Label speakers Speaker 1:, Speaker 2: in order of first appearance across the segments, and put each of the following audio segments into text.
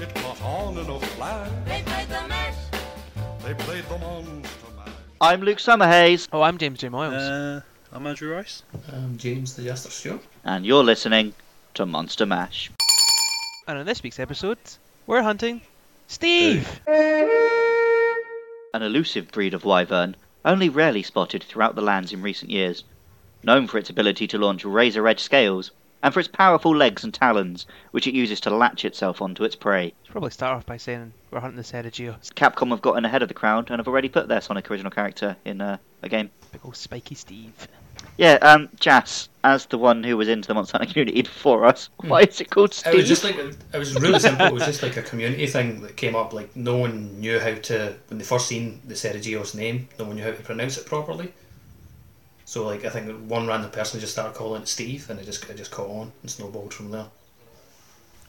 Speaker 1: It was on in a flash.
Speaker 2: They played the mash.
Speaker 1: They played the monster mash.
Speaker 3: I'm Luke Summerhays,
Speaker 4: Oh, I'm James J. Miles.
Speaker 5: Uh, I'm Andrew Rice.
Speaker 6: Um, James the Jester Stewart.
Speaker 3: and you're listening to Monster Mash.
Speaker 4: and on this week's episode, we're hunting Steve.
Speaker 3: An elusive breed of wyvern, only rarely spotted throughout the lands in recent years. Known for its ability to launch razor edged scales, and for its powerful legs and talons, which it uses to latch itself onto its prey.
Speaker 4: Let's probably start off by saying we're hunting this head of Geo's.
Speaker 3: Capcom have gotten ahead of the crowd and have already put their Sonic original character in uh, a game.
Speaker 4: Big old spiky Steve.
Speaker 3: Yeah, um, Jas, as the one who was into the Monster Hunter community before us, why is it called Steve?
Speaker 6: It was just like a- it was really simple. It was just like a community thing that came up. Like no one knew how to when they first seen the Serigeo's name, no one knew how to pronounce it properly. So like I think one random person just started calling it Steve, and it just it just caught on and snowballed from there.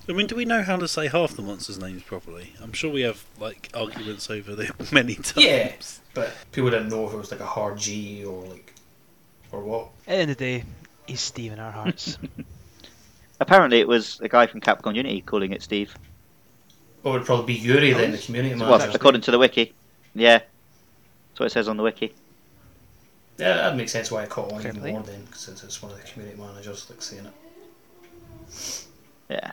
Speaker 5: I mean, do we know how to say half the monsters' names properly? I'm sure we have like arguments over this many times.
Speaker 6: Yeah, but people didn't know if it was like a hard G or like or what.
Speaker 4: At the end of the day, he's Steve in our hearts.
Speaker 3: Apparently, it was a guy from Capcom Unity calling it Steve.
Speaker 6: Or it'd probably be Yuri then, the community
Speaker 3: Well,
Speaker 6: manager.
Speaker 3: according to the wiki. Yeah. That's what it says on the wiki.
Speaker 6: Yeah, that makes sense why I caught on even
Speaker 4: Fair play.
Speaker 6: more then, since it's one of the community managers like saying it.
Speaker 3: Yeah.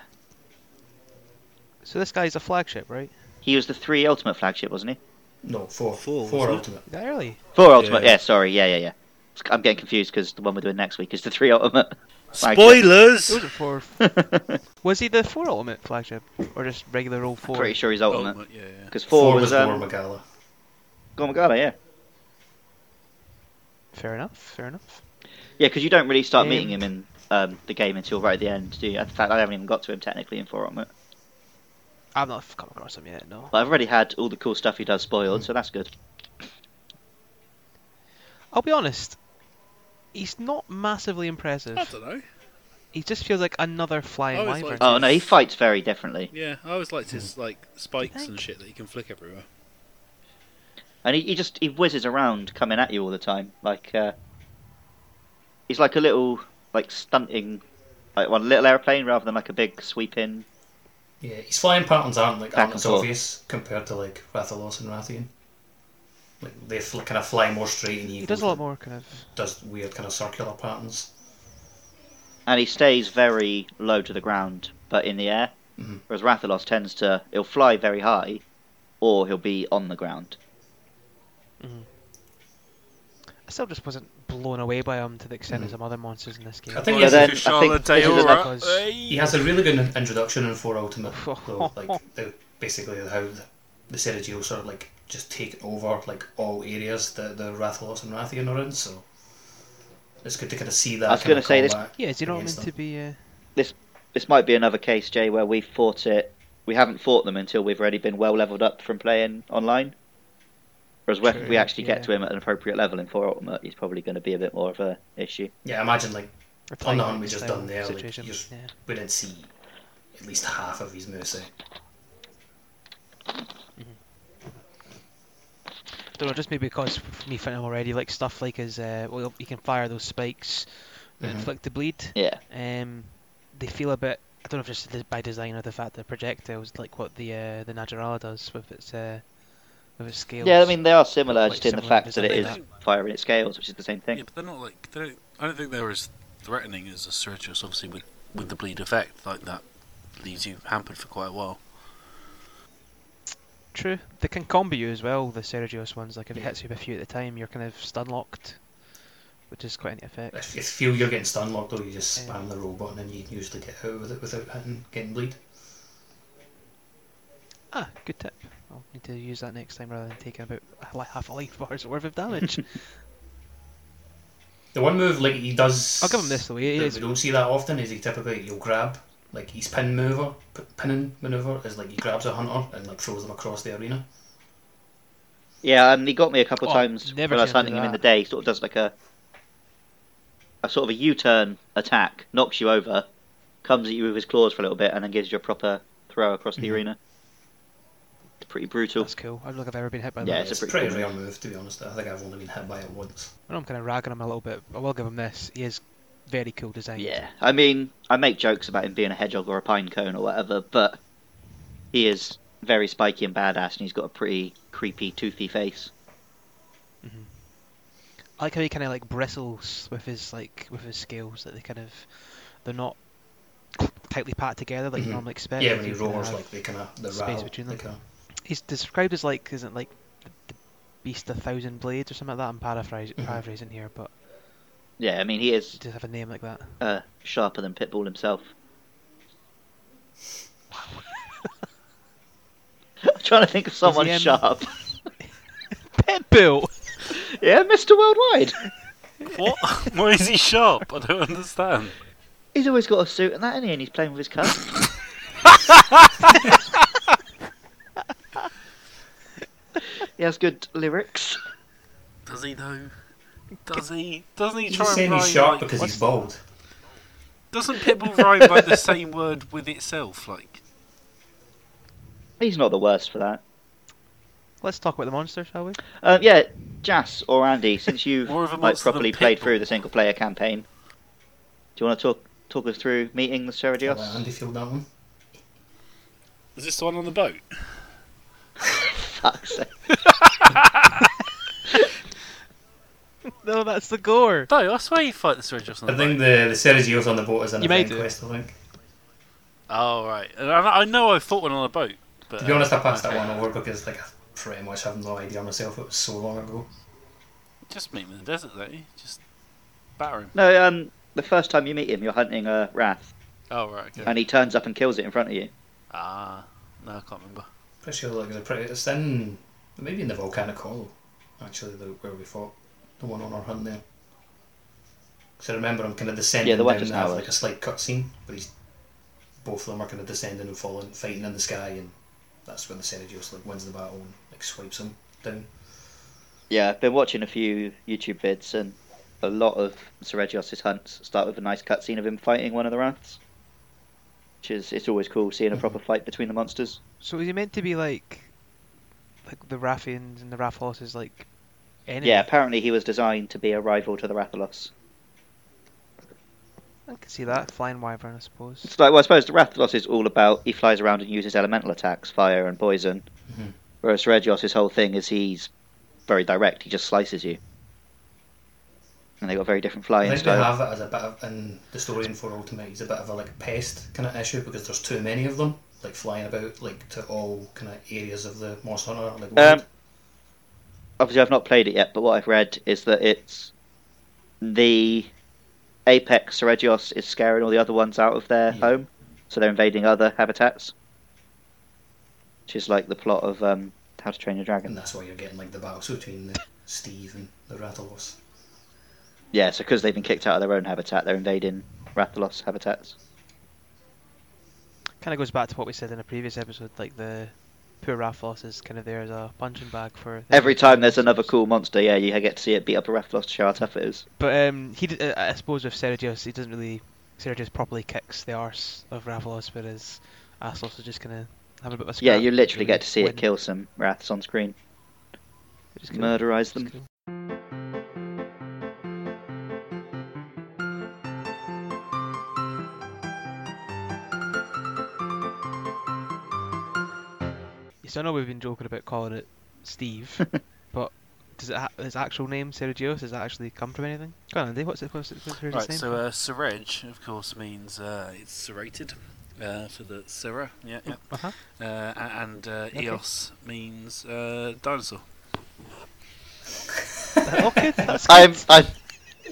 Speaker 4: so this guy's a flagship, right?
Speaker 3: He was the three ultimate flagship, wasn't he?
Speaker 6: No, four,
Speaker 5: Four,
Speaker 6: four
Speaker 5: wasn't it?
Speaker 6: ultimate.
Speaker 4: Is that early?
Speaker 3: Four ultimate.
Speaker 5: Yeah.
Speaker 3: Yeah, sorry. Yeah, yeah, yeah. I'm getting confused because the one we're doing next week is the three ultimate.
Speaker 5: Spoilers.
Speaker 4: Those are four.
Speaker 3: I'm
Speaker 4: Was he the four ultimate flagship, or just regular old four?
Speaker 3: pretty sure he's
Speaker 5: Oh,
Speaker 3: ultimate
Speaker 5: my- yeah, yeah.
Speaker 3: because
Speaker 6: Four,
Speaker 3: four, was
Speaker 6: was
Speaker 3: um,
Speaker 6: more Magala.
Speaker 3: Gormagala. Yeah,
Speaker 4: Fair enough. Fair enough.
Speaker 3: yeah. Because you don't really start
Speaker 4: Um,
Speaker 3: meeting him in um, the game until right at the end, do you? In fact, I haven't even got to him technically in four ultimate.
Speaker 4: I've not come across him yet. No.
Speaker 3: But I've already had all the cool stuff he does spoiled, so that's good.
Speaker 4: I'll be honest. He's not massively impressive.
Speaker 5: I don't know.
Speaker 4: He just feels like another flying
Speaker 5: Oh, he's
Speaker 4: wyvern.
Speaker 5: like-
Speaker 3: Oh no, he fights very differently,
Speaker 5: Yeah, I always liked his like spikes and
Speaker 4: Thank-
Speaker 5: shit that he can flick everywhere.
Speaker 3: and he, he just he whizzes around coming at you all the time. Like uh, he's like a little like stunting, like one little airplane rather than like a big sweeping.
Speaker 6: Yeah, his flying patterns aren't like
Speaker 3: Back
Speaker 6: aren't
Speaker 3: and
Speaker 6: as
Speaker 3: forth.
Speaker 6: obvious compared to like Rathalos and Rathian. Like they fl- kind of fly more straight and
Speaker 4: he does a lot more kind of.
Speaker 6: Does weird kind of circular patterns.
Speaker 3: and he stays very low to the ground, but in the air.
Speaker 6: Mhm.
Speaker 3: Whereas Rathalos tends to he'll fly very high, or he'll be on the ground.
Speaker 4: I still just wasn't blown away by him to the extent
Speaker 6: Hmm.
Speaker 4: of some other monsters in this game.
Speaker 6: I think
Speaker 3: But
Speaker 6: he's,
Speaker 3: then I think this is another-
Speaker 4: because
Speaker 6: he has a really good in- introduction in Four Ultimate, though. Like the, basically how the, the Serigio sort of like just take over like all areas that the Rathalos and Rathian are in. So it's good to kind of see that.
Speaker 3: I was
Speaker 6: kind
Speaker 3: gonna say this-
Speaker 4: yeah, is he not meant
Speaker 6: against
Speaker 4: to be? Uh,
Speaker 3: This might be another case, Jay, where we fought it. We haven't fought them until we've already been well leveled up from playing online. Whereas
Speaker 4: True,
Speaker 3: when we actually
Speaker 4: yeah.
Speaker 3: get to him at an appropriate level in four ultimate, he's probably going to be a bit more of a issue.
Speaker 6: Yeah, imagine
Speaker 4: a
Speaker 6: like On the
Speaker 4: flying
Speaker 6: one Oh, we just
Speaker 4: style
Speaker 6: done there, like,
Speaker 4: situation?
Speaker 6: you're-
Speaker 4: yeah.
Speaker 6: we didn't see at least half of his moveset.
Speaker 4: don't know, just maybe because f- me finding him already, like stuff like his, uh, well, he can fire those spikes that
Speaker 6: Mhm.
Speaker 4: inflict the bleed.
Speaker 3: Yeah,
Speaker 4: Um, they feel a bit. I don't know if it's just by design or the fact that projectiles, like what the uh, the Najarala does with its uh, with its scales.
Speaker 3: yeah. I mean, they are similar,
Speaker 4: Quite
Speaker 3: just in the
Speaker 4: similar
Speaker 3: fact that it
Speaker 4: design,
Speaker 3: is firing at scales, which is the same thing.
Speaker 5: Yeah, but they're not like they don't. I don't think they're as threatening as a Surturus, obviously with with the bleed effect like that leaves you hampered for quite a while.
Speaker 4: True. They can combo you as well. The Sergios ones, like if it hits you with a few at a time, you're kind of stun locked, which is quite an effect.
Speaker 6: If you feel you're getting stun locked, though, you just
Speaker 4: Yeah.
Speaker 6: spam the roll button and you can usually get out with it without hitting, getting bleed.
Speaker 4: Ah, good tip. I'll need to use that next time rather than taking about h- like half a life bar's worth of damage.
Speaker 6: The one move like he does,
Speaker 4: I'll give him this though. He
Speaker 6: That
Speaker 4: is
Speaker 6: we don't see that often is he typically you'll grab like his pin maneuver, p- pinning maneuver is like he grabs a hunter and like throws them across the arena.
Speaker 3: Yeah, and he got me a couple
Speaker 4: Oh,
Speaker 3: times
Speaker 4: never
Speaker 3: when I was
Speaker 4: gonna
Speaker 3: hunting
Speaker 4: do
Speaker 3: him in the
Speaker 4: that.
Speaker 3: day. He sort of does like a a sort of a U-turn attack, knocks you over, comes at you with his claws for a little bit, and then gives you a proper throw across the
Speaker 4: Mm-hmm.
Speaker 6: Mhm.
Speaker 3: arena. It's pretty brutal.
Speaker 4: that's cool. I don't think I've ever been hit by
Speaker 3: Yeah,
Speaker 4: that.
Speaker 3: it's a
Speaker 6: it's, a
Speaker 3: pretty
Speaker 6: pretty
Speaker 3: cool
Speaker 6: rare move to be honest. I think I've only been hit by it once.
Speaker 4: I know I'm kind of ragging him a little bit. but I will give him this. He is very cool design.
Speaker 3: Yeah, I mean, I make jokes about him being a hedgehog or a pine cone or whatever, but He is very spiky and badass, and he's got a pretty creepy, toothy face.
Speaker 4: I like how he kind of like bristles with his like with his scales. That they kind of they're not tightly packed together like you
Speaker 6: Mhm.
Speaker 4: normally expect.
Speaker 6: yeah,
Speaker 4: if
Speaker 6: when he
Speaker 4: you kinda
Speaker 6: roars,
Speaker 4: have-
Speaker 6: like they kind of the
Speaker 4: space
Speaker 6: rattle.
Speaker 4: between
Speaker 6: they
Speaker 4: them.
Speaker 6: kinda-
Speaker 4: he's described as like isn't like the, the beast of thousand blades or something like that. I'm paraphrasing,
Speaker 6: Mhm.
Speaker 4: paraphrasing here, but
Speaker 3: Yeah, I mean, he is
Speaker 4: it does have a name like that.
Speaker 3: uh, sharper than Pitbull himself. I'm trying to think of someone
Speaker 4: um,
Speaker 3: sharp.
Speaker 4: Pitbull.
Speaker 3: yeah, Mr. Worldwide.
Speaker 5: What? Why is he sharp? I don't understand.
Speaker 3: He's always got a suit and that, and he? And he's playing with his cup. he has good lyrics.
Speaker 5: Does he though? Does he? Doesn't he
Speaker 6: He's
Speaker 5: try
Speaker 6: just
Speaker 5: and
Speaker 6: saying
Speaker 5: rhyme?
Speaker 6: he's sharp
Speaker 5: like,
Speaker 6: because
Speaker 5: what's-
Speaker 6: he's bald.
Speaker 5: Doesn't Pitbull rhyme like the same word with itself? Like
Speaker 3: He's not the worst for that.
Speaker 4: Let's talk about the monster, shall we?
Speaker 3: Uh, yeah, Jas or Andy, since you've
Speaker 5: More of a
Speaker 3: like
Speaker 5: monster than
Speaker 3: properly played
Speaker 5: Pitbull.
Speaker 3: through the single player campaign, do you want to talk talk us through meeting the
Speaker 6: I'll
Speaker 3: Ceredios?
Speaker 6: let Andy feel that one.
Speaker 5: is this the one on the boat?
Speaker 3: Fuck's sake.
Speaker 4: No, that's the gore.
Speaker 5: No, I swear you fight the Cerritos on the
Speaker 6: I
Speaker 5: boat.
Speaker 6: think the the Sergio's on the boat is an
Speaker 4: You made
Speaker 6: event
Speaker 4: it.
Speaker 6: quest. I think.
Speaker 5: Oh right, and I, I know I fought one on a boat. But, uh,
Speaker 6: To be honest, I passed
Speaker 5: okay.
Speaker 6: that one over because like I pretty much have no idea myself. It was so long ago.
Speaker 5: Just meet him in the desert, don't you? Just batter him.
Speaker 3: No, um, the first time you meet him, you're hunting a wrath,
Speaker 5: Oh right, okay.
Speaker 3: and he turns up and kills it in front of you.
Speaker 5: Ah, no, I can't remember.
Speaker 6: Pretty sure like the pretty. It's in maybe in the volcanic hollow, actually, the, where we fought the one on our hunt there. Because I remember I'm kind of descending
Speaker 3: Yeah, the
Speaker 6: down
Speaker 3: weapon's
Speaker 6: and have
Speaker 3: narrow.
Speaker 6: like a slight cutscene, but he's both of them are kind of descending and falling, fighting in the sky, and that's when the Sergios like wins the battle and like swipes him down.
Speaker 3: Yeah, I've been watching a few YouTube vids, and a lot of Seregios' hunts start with a nice cutscene of him fighting one of the wraths. Which is, it's always cool seeing a proper fight between the monsters.
Speaker 4: So is he meant to be like like the Raffians and the Rathalos like enemy?
Speaker 3: Yeah, apparently he was designed to be a rival to the Rathalos.
Speaker 4: I can see that flying wyvern, I suppose.
Speaker 3: It's like, well, I suppose the Rathalos is all about he flies around and uses elemental attacks, fire and poison.
Speaker 6: Mhm.
Speaker 3: Whereas Regios, his whole thing is he's very direct, he just slices you. And they got very different
Speaker 6: I
Speaker 3: flying
Speaker 6: think they
Speaker 3: style.
Speaker 6: have it as a bit of in the story in Four Ultimate. He's a bit of a like pest kind of issue because there's too many of them, like flying about like to all kind of areas of the monster hunter. Like world.
Speaker 3: Obviously, I've not played it yet, but what I've read is that it's the apex Regios is scaring all the other ones out of their
Speaker 6: Yeah.
Speaker 3: home, so they're invading other habitats. Which is like the plot of um, How to Train Your Dragon.
Speaker 6: and that's why you're getting like the battles between the Steve and the Rattalos.
Speaker 3: Yeah, so because they've been kicked out of their own habitat, they're invading Rathalos habitats.
Speaker 4: Kind of goes back to what we said in a previous episode, like the poor Rathalos is kind of there as a punching bag for. the-
Speaker 3: Every time there's another cool monster, yeah, you get to see it beat up a Rathalos to show how tough it is.
Speaker 4: But um, he, d- uh, I suppose, with Sergius, he doesn't really. Sergius properly kicks the arse of Rathalos, whereas Aslos is just gonna have a bit of a
Speaker 3: Yeah,
Speaker 4: scrap.
Speaker 3: you literally
Speaker 4: Really
Speaker 3: get to see
Speaker 4: win.
Speaker 3: it kill some Wraths on screen,
Speaker 4: Which is cool.
Speaker 3: murderize
Speaker 4: It's
Speaker 3: them.
Speaker 4: cool. Yes, I know we've been joking about calling it Steve, but does it ha- his actual name Sergius? Does that actually come from anything? Go on, Andy. What's it? What's it? What's his
Speaker 5: Right,
Speaker 4: name?
Speaker 5: so uh, serrage, of course, means uh, it's serrated uh, for the Syrah, yeah, yeah.
Speaker 3: Oh,
Speaker 4: uh-huh.
Speaker 5: Uh, a- and uh, eos means uh, dinosaur.
Speaker 4: okay, that's Oh, good.
Speaker 3: I'm, I'm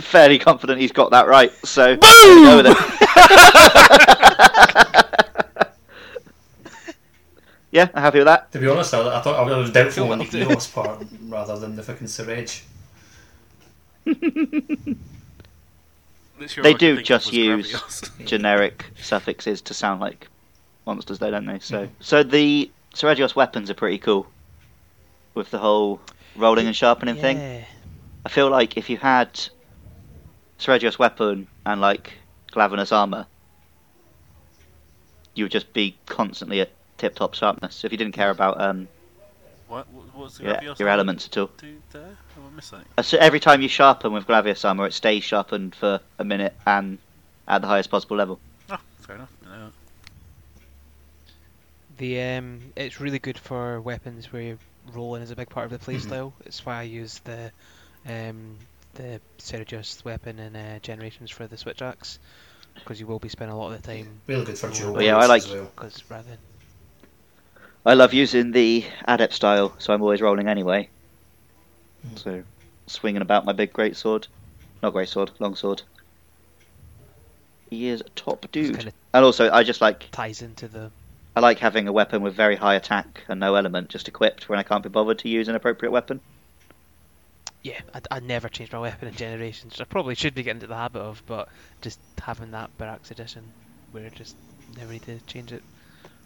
Speaker 3: fairly confident he's got that right, so. Boom! yeah, I'm happy with that.
Speaker 6: To be honest, I, I thought I was doubtful on
Speaker 4: Well,
Speaker 6: the Eos part rather than the fucking Surage.
Speaker 5: Literally,
Speaker 3: They
Speaker 5: all I could
Speaker 3: do
Speaker 5: think of
Speaker 3: just
Speaker 5: was
Speaker 3: use-
Speaker 5: Gravios.
Speaker 3: generic suffixes to sound like monsters, though, don't they? So, so the Seregios weapons are pretty cool with the whole rolling and sharpening thing.
Speaker 4: Yeah.
Speaker 3: I feel like if you had Seregios weapon and like Glavinus armor, you would just be constantly at tip top sharpness if you didn't care about um,
Speaker 5: what, what was the
Speaker 3: your,
Speaker 5: Gravios
Speaker 3: your
Speaker 5: thing
Speaker 3: elements at all.
Speaker 5: Do there? Have I missed that?
Speaker 3: Uh, So every time you sharpen with Glavius armor, it stays sharpened for a minute
Speaker 5: Ah,
Speaker 3: and at the highest possible level.
Speaker 5: Oh, fair enough. No.
Speaker 4: The um, it's really good for weapons where rolling is a big part of the playstyle. It's why I use the um, the Sergius weapon in uh, Generations for the switch axe because you will be spending a lot of the time.
Speaker 6: Really good for dual
Speaker 3: Oh, yeah, I
Speaker 6: wields
Speaker 3: like-
Speaker 6: as well.
Speaker 4: Because rather than
Speaker 3: I love using the adept style, so I'm always rolling anyway.
Speaker 6: Mm.
Speaker 3: So, swinging about my big great sword, not great sword, long sword. He is a top
Speaker 4: it's
Speaker 3: dude,
Speaker 4: kind of
Speaker 3: and also I just like
Speaker 4: ties into the
Speaker 3: I like having a weapon with very high attack and no element, just equipped when I can't be bothered to use an appropriate weapon.
Speaker 4: yeah. I, I never changed my weapon in Generations. I probably should be getting into the habit of, but just having that barracks edition where I just never need to change it.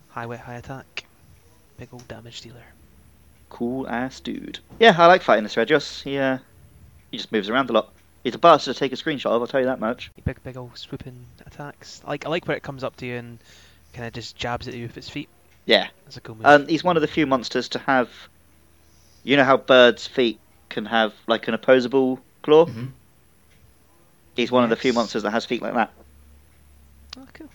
Speaker 4: High wet, high attack, big old damage dealer.
Speaker 3: Cool ass dude. Yeah, I like fighting this Regios. He uh, he just moves around a lot. He's a bastard to take a screenshot of. I'll tell you that much.
Speaker 4: big big old swooping attacks. I like I like where it comes up to you and kind of just jabs at you with its feet.
Speaker 3: Yeah.
Speaker 4: That's a cool move.
Speaker 3: Um, he's one of the few monsters to have. You know how birds' feet can have like an opposable claw.
Speaker 6: Mhm.
Speaker 3: He's one of the few
Speaker 4: Yes.
Speaker 3: monsters that has feet like that.
Speaker 4: Oh, cool.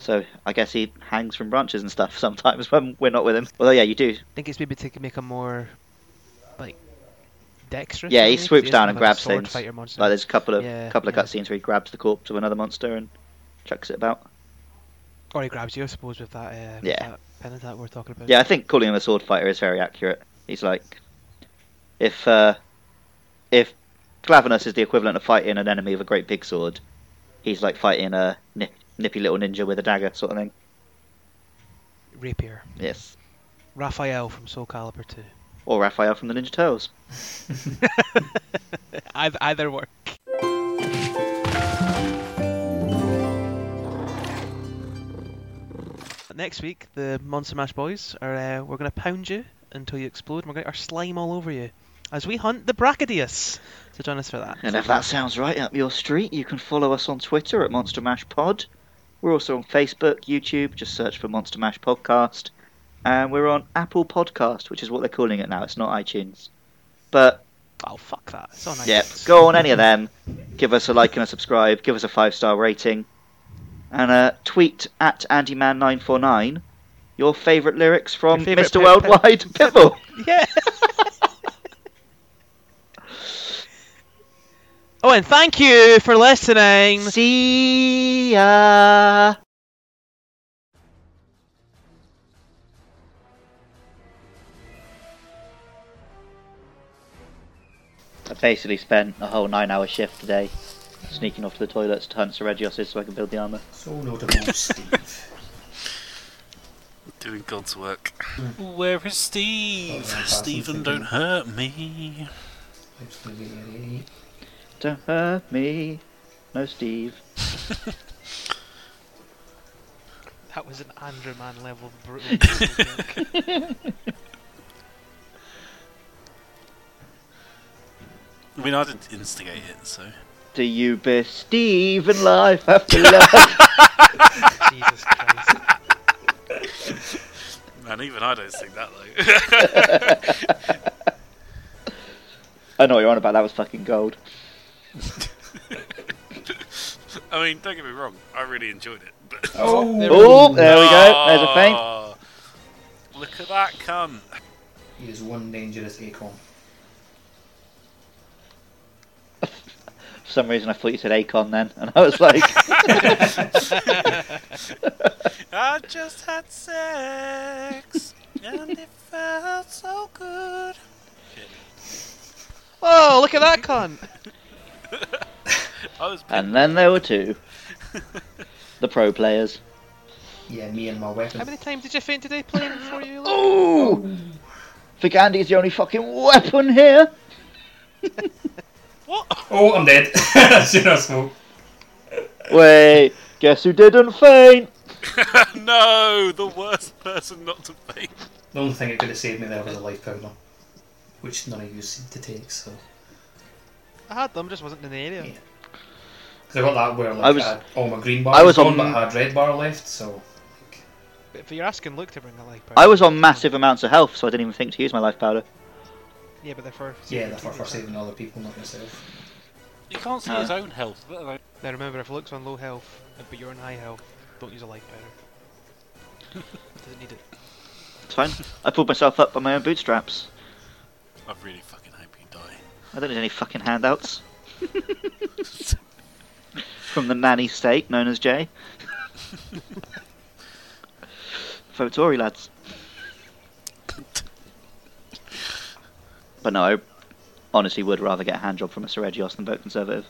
Speaker 3: So I guess he hangs from branches and stuff sometimes when we're not with him. Although yeah, you do.
Speaker 4: I think it's maybe to make him more like dexterous.
Speaker 3: Yeah,
Speaker 4: maybe,
Speaker 3: he
Speaker 4: 'cause
Speaker 3: swoops
Speaker 4: is
Speaker 3: down
Speaker 4: kind
Speaker 3: and
Speaker 4: of like a
Speaker 3: grabs
Speaker 4: sword
Speaker 3: things.
Speaker 4: Fighter monster.
Speaker 3: Like there's a couple of
Speaker 4: Yeah,
Speaker 3: couple of
Speaker 4: yeah.
Speaker 3: cutscenes where he grabs the corpse of another monster and chucks it about.
Speaker 4: Or he grabs you, I suppose, with that. Uh, with
Speaker 3: Yeah.
Speaker 4: That pen attack we're talking about.
Speaker 3: Yeah, I think calling him a sword fighter is very accurate. He's like, if uh, if Glavinus is the equivalent of fighting an enemy with a great big sword, he's like fighting a ni- nippy little ninja with a dagger sort of thing.
Speaker 4: Rapier.
Speaker 3: Yes,
Speaker 4: Raphael from Soul Calibur 2.
Speaker 3: or Raphael from the Ninja Turtles.
Speaker 4: Either, either work. Next week, the Monster Mash boys are. Uh, we're going to pound you until you explode. and We're going to get our slime all over you as we hunt the Brachydeus. So join us for that.
Speaker 3: And if that sounds right up your street, you can follow us on Twitter at Monster Mash Pod. We're also on Facebook, YouTube. Just search for Monster Mash Podcast, and we're on Apple Podcast, which is what they're calling it now. It's not iTunes, but
Speaker 4: Oh fuck that! It's on
Speaker 3: Yep.
Speaker 4: iTunes.
Speaker 3: Go on any of them. Give us a like and a subscribe. Give us a five star rating. And uh, tweet at AndyMan949 your favourite lyrics from
Speaker 4: Your favourite
Speaker 3: Mr.
Speaker 4: pit-
Speaker 3: Worldwide Pitbull.
Speaker 4: Yeah. oh, and thank you for listening.
Speaker 3: See ya. I basically spent a whole nine hour shift today sneaking off to the toilets to hunt Seregios so I can build the armour.
Speaker 6: So notable, Steve.
Speaker 5: Doing God's work. Where is Steve?
Speaker 6: Oh, yeah,
Speaker 5: Stephen,
Speaker 6: Stephen.
Speaker 5: don't hurt me.
Speaker 6: It's gonna be an eight.
Speaker 3: Don't hurt me. No, Steve.
Speaker 4: That was an Andrew Man level brutal. brutal joke.
Speaker 5: I mean, I didn't instigate it, so.
Speaker 3: Do you be Steve in life after love?
Speaker 4: Jesus Christ.
Speaker 5: Man, even I don't think that, though.
Speaker 3: I know what you're on about. That was fucking gold.
Speaker 5: I mean, don't get me wrong, I really enjoyed it. But
Speaker 6: Oh,
Speaker 3: Oh, there we go. Ah. There's a feint.
Speaker 5: Oh, Look at that cunt.
Speaker 6: He is one dangerous acorn.
Speaker 3: For some reason, I thought you said Akon then, and I was like,
Speaker 5: I just had sex, and it felt so good.
Speaker 4: Oh, look at that cunt!
Speaker 5: I was
Speaker 3: and then there were two. The pro players.
Speaker 6: Yeah, me and my
Speaker 4: How
Speaker 6: weapon.
Speaker 4: many times did you faint today playing before you left?
Speaker 3: Ooh! Vigandi's the only fucking weapon here.
Speaker 5: What?
Speaker 6: Oh, I'm dead. Soon I smoke.
Speaker 3: Wait, guess who didn't faint?
Speaker 5: no, the worst person not to faint.
Speaker 6: The only thing that could have saved me there was a life powder, which none of you seemed to take. So,
Speaker 4: I had them, just wasn't in the area.
Speaker 6: Yeah. because I got that where like
Speaker 3: I
Speaker 6: I,
Speaker 3: was-
Speaker 6: had all my green bars
Speaker 3: I was
Speaker 6: gone,
Speaker 3: on-
Speaker 6: but I had red bar left. So,
Speaker 4: But if you're asking Luke to bring a life
Speaker 3: I was on massive amounts of health, so I didn't even think to use my life powder.
Speaker 4: Yeah, but they're for.
Speaker 6: yeah, that's for, for saving other people, not yourself.
Speaker 5: You can't see
Speaker 3: No.
Speaker 5: his own health. but I-
Speaker 4: Now remember, if uh, Luke's on low health, but you're on high health, don't use a life powder. Doesn't need it.
Speaker 3: It's fine. I pulled myself up by my own bootstraps.
Speaker 5: I really fucking hope you die.
Speaker 3: I don't need any fucking handouts. From the nanny state known as Jay. Vote Tory, lads. But no, I honestly would rather get a hand job from a Seregios than vote Conservative.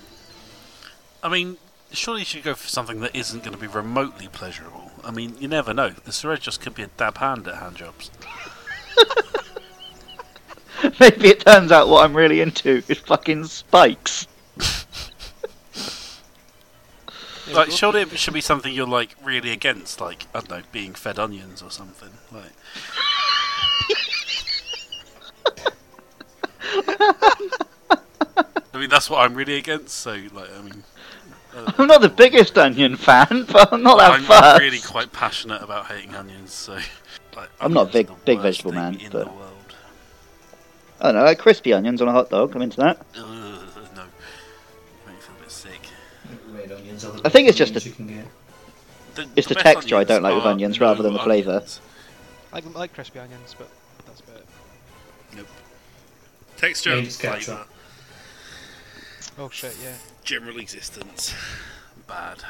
Speaker 5: I mean, surely you should go for something that isn't going to be remotely pleasurable. I mean, you never know. The Suraj just could be a dab hand at hand jobs.
Speaker 3: Maybe it turns out what I'm really into is fucking spikes.
Speaker 4: There we
Speaker 5: Like,
Speaker 4: go.
Speaker 5: surely it should be something you're like really against, like I don't know, being fed onions or something. Like, I mean, that's what I'm really against. So, like, I mean, uh,
Speaker 3: I'm not the biggest onion fan, but I'm not that
Speaker 5: I'm
Speaker 3: fussed.
Speaker 5: really quite passionate about hating onions. So, like,
Speaker 3: I'm not a
Speaker 5: onions are
Speaker 3: big-
Speaker 5: the
Speaker 3: big
Speaker 5: worst
Speaker 3: vegetable
Speaker 5: thing
Speaker 3: man,
Speaker 5: in
Speaker 3: but-
Speaker 5: the world.
Speaker 3: I don't know, like crispy onions on a hot dog. I'm into that.
Speaker 5: Ugh, no, make me feel a bit sick.
Speaker 6: Red onions are the
Speaker 3: I think it's
Speaker 6: best
Speaker 3: just
Speaker 6: onions you can get.
Speaker 3: It's the
Speaker 5: best
Speaker 3: texture I
Speaker 5: onions
Speaker 3: don't like with
Speaker 5: are
Speaker 3: onions rather than
Speaker 5: no
Speaker 3: the flavour.
Speaker 5: onions.
Speaker 4: Like, like crispy onions, but that's about it.
Speaker 5: Texture
Speaker 6: Yeah,
Speaker 5: and
Speaker 6: just ketchup.
Speaker 5: flavour,
Speaker 4: Oh shit, yeah.
Speaker 5: general existence, bad.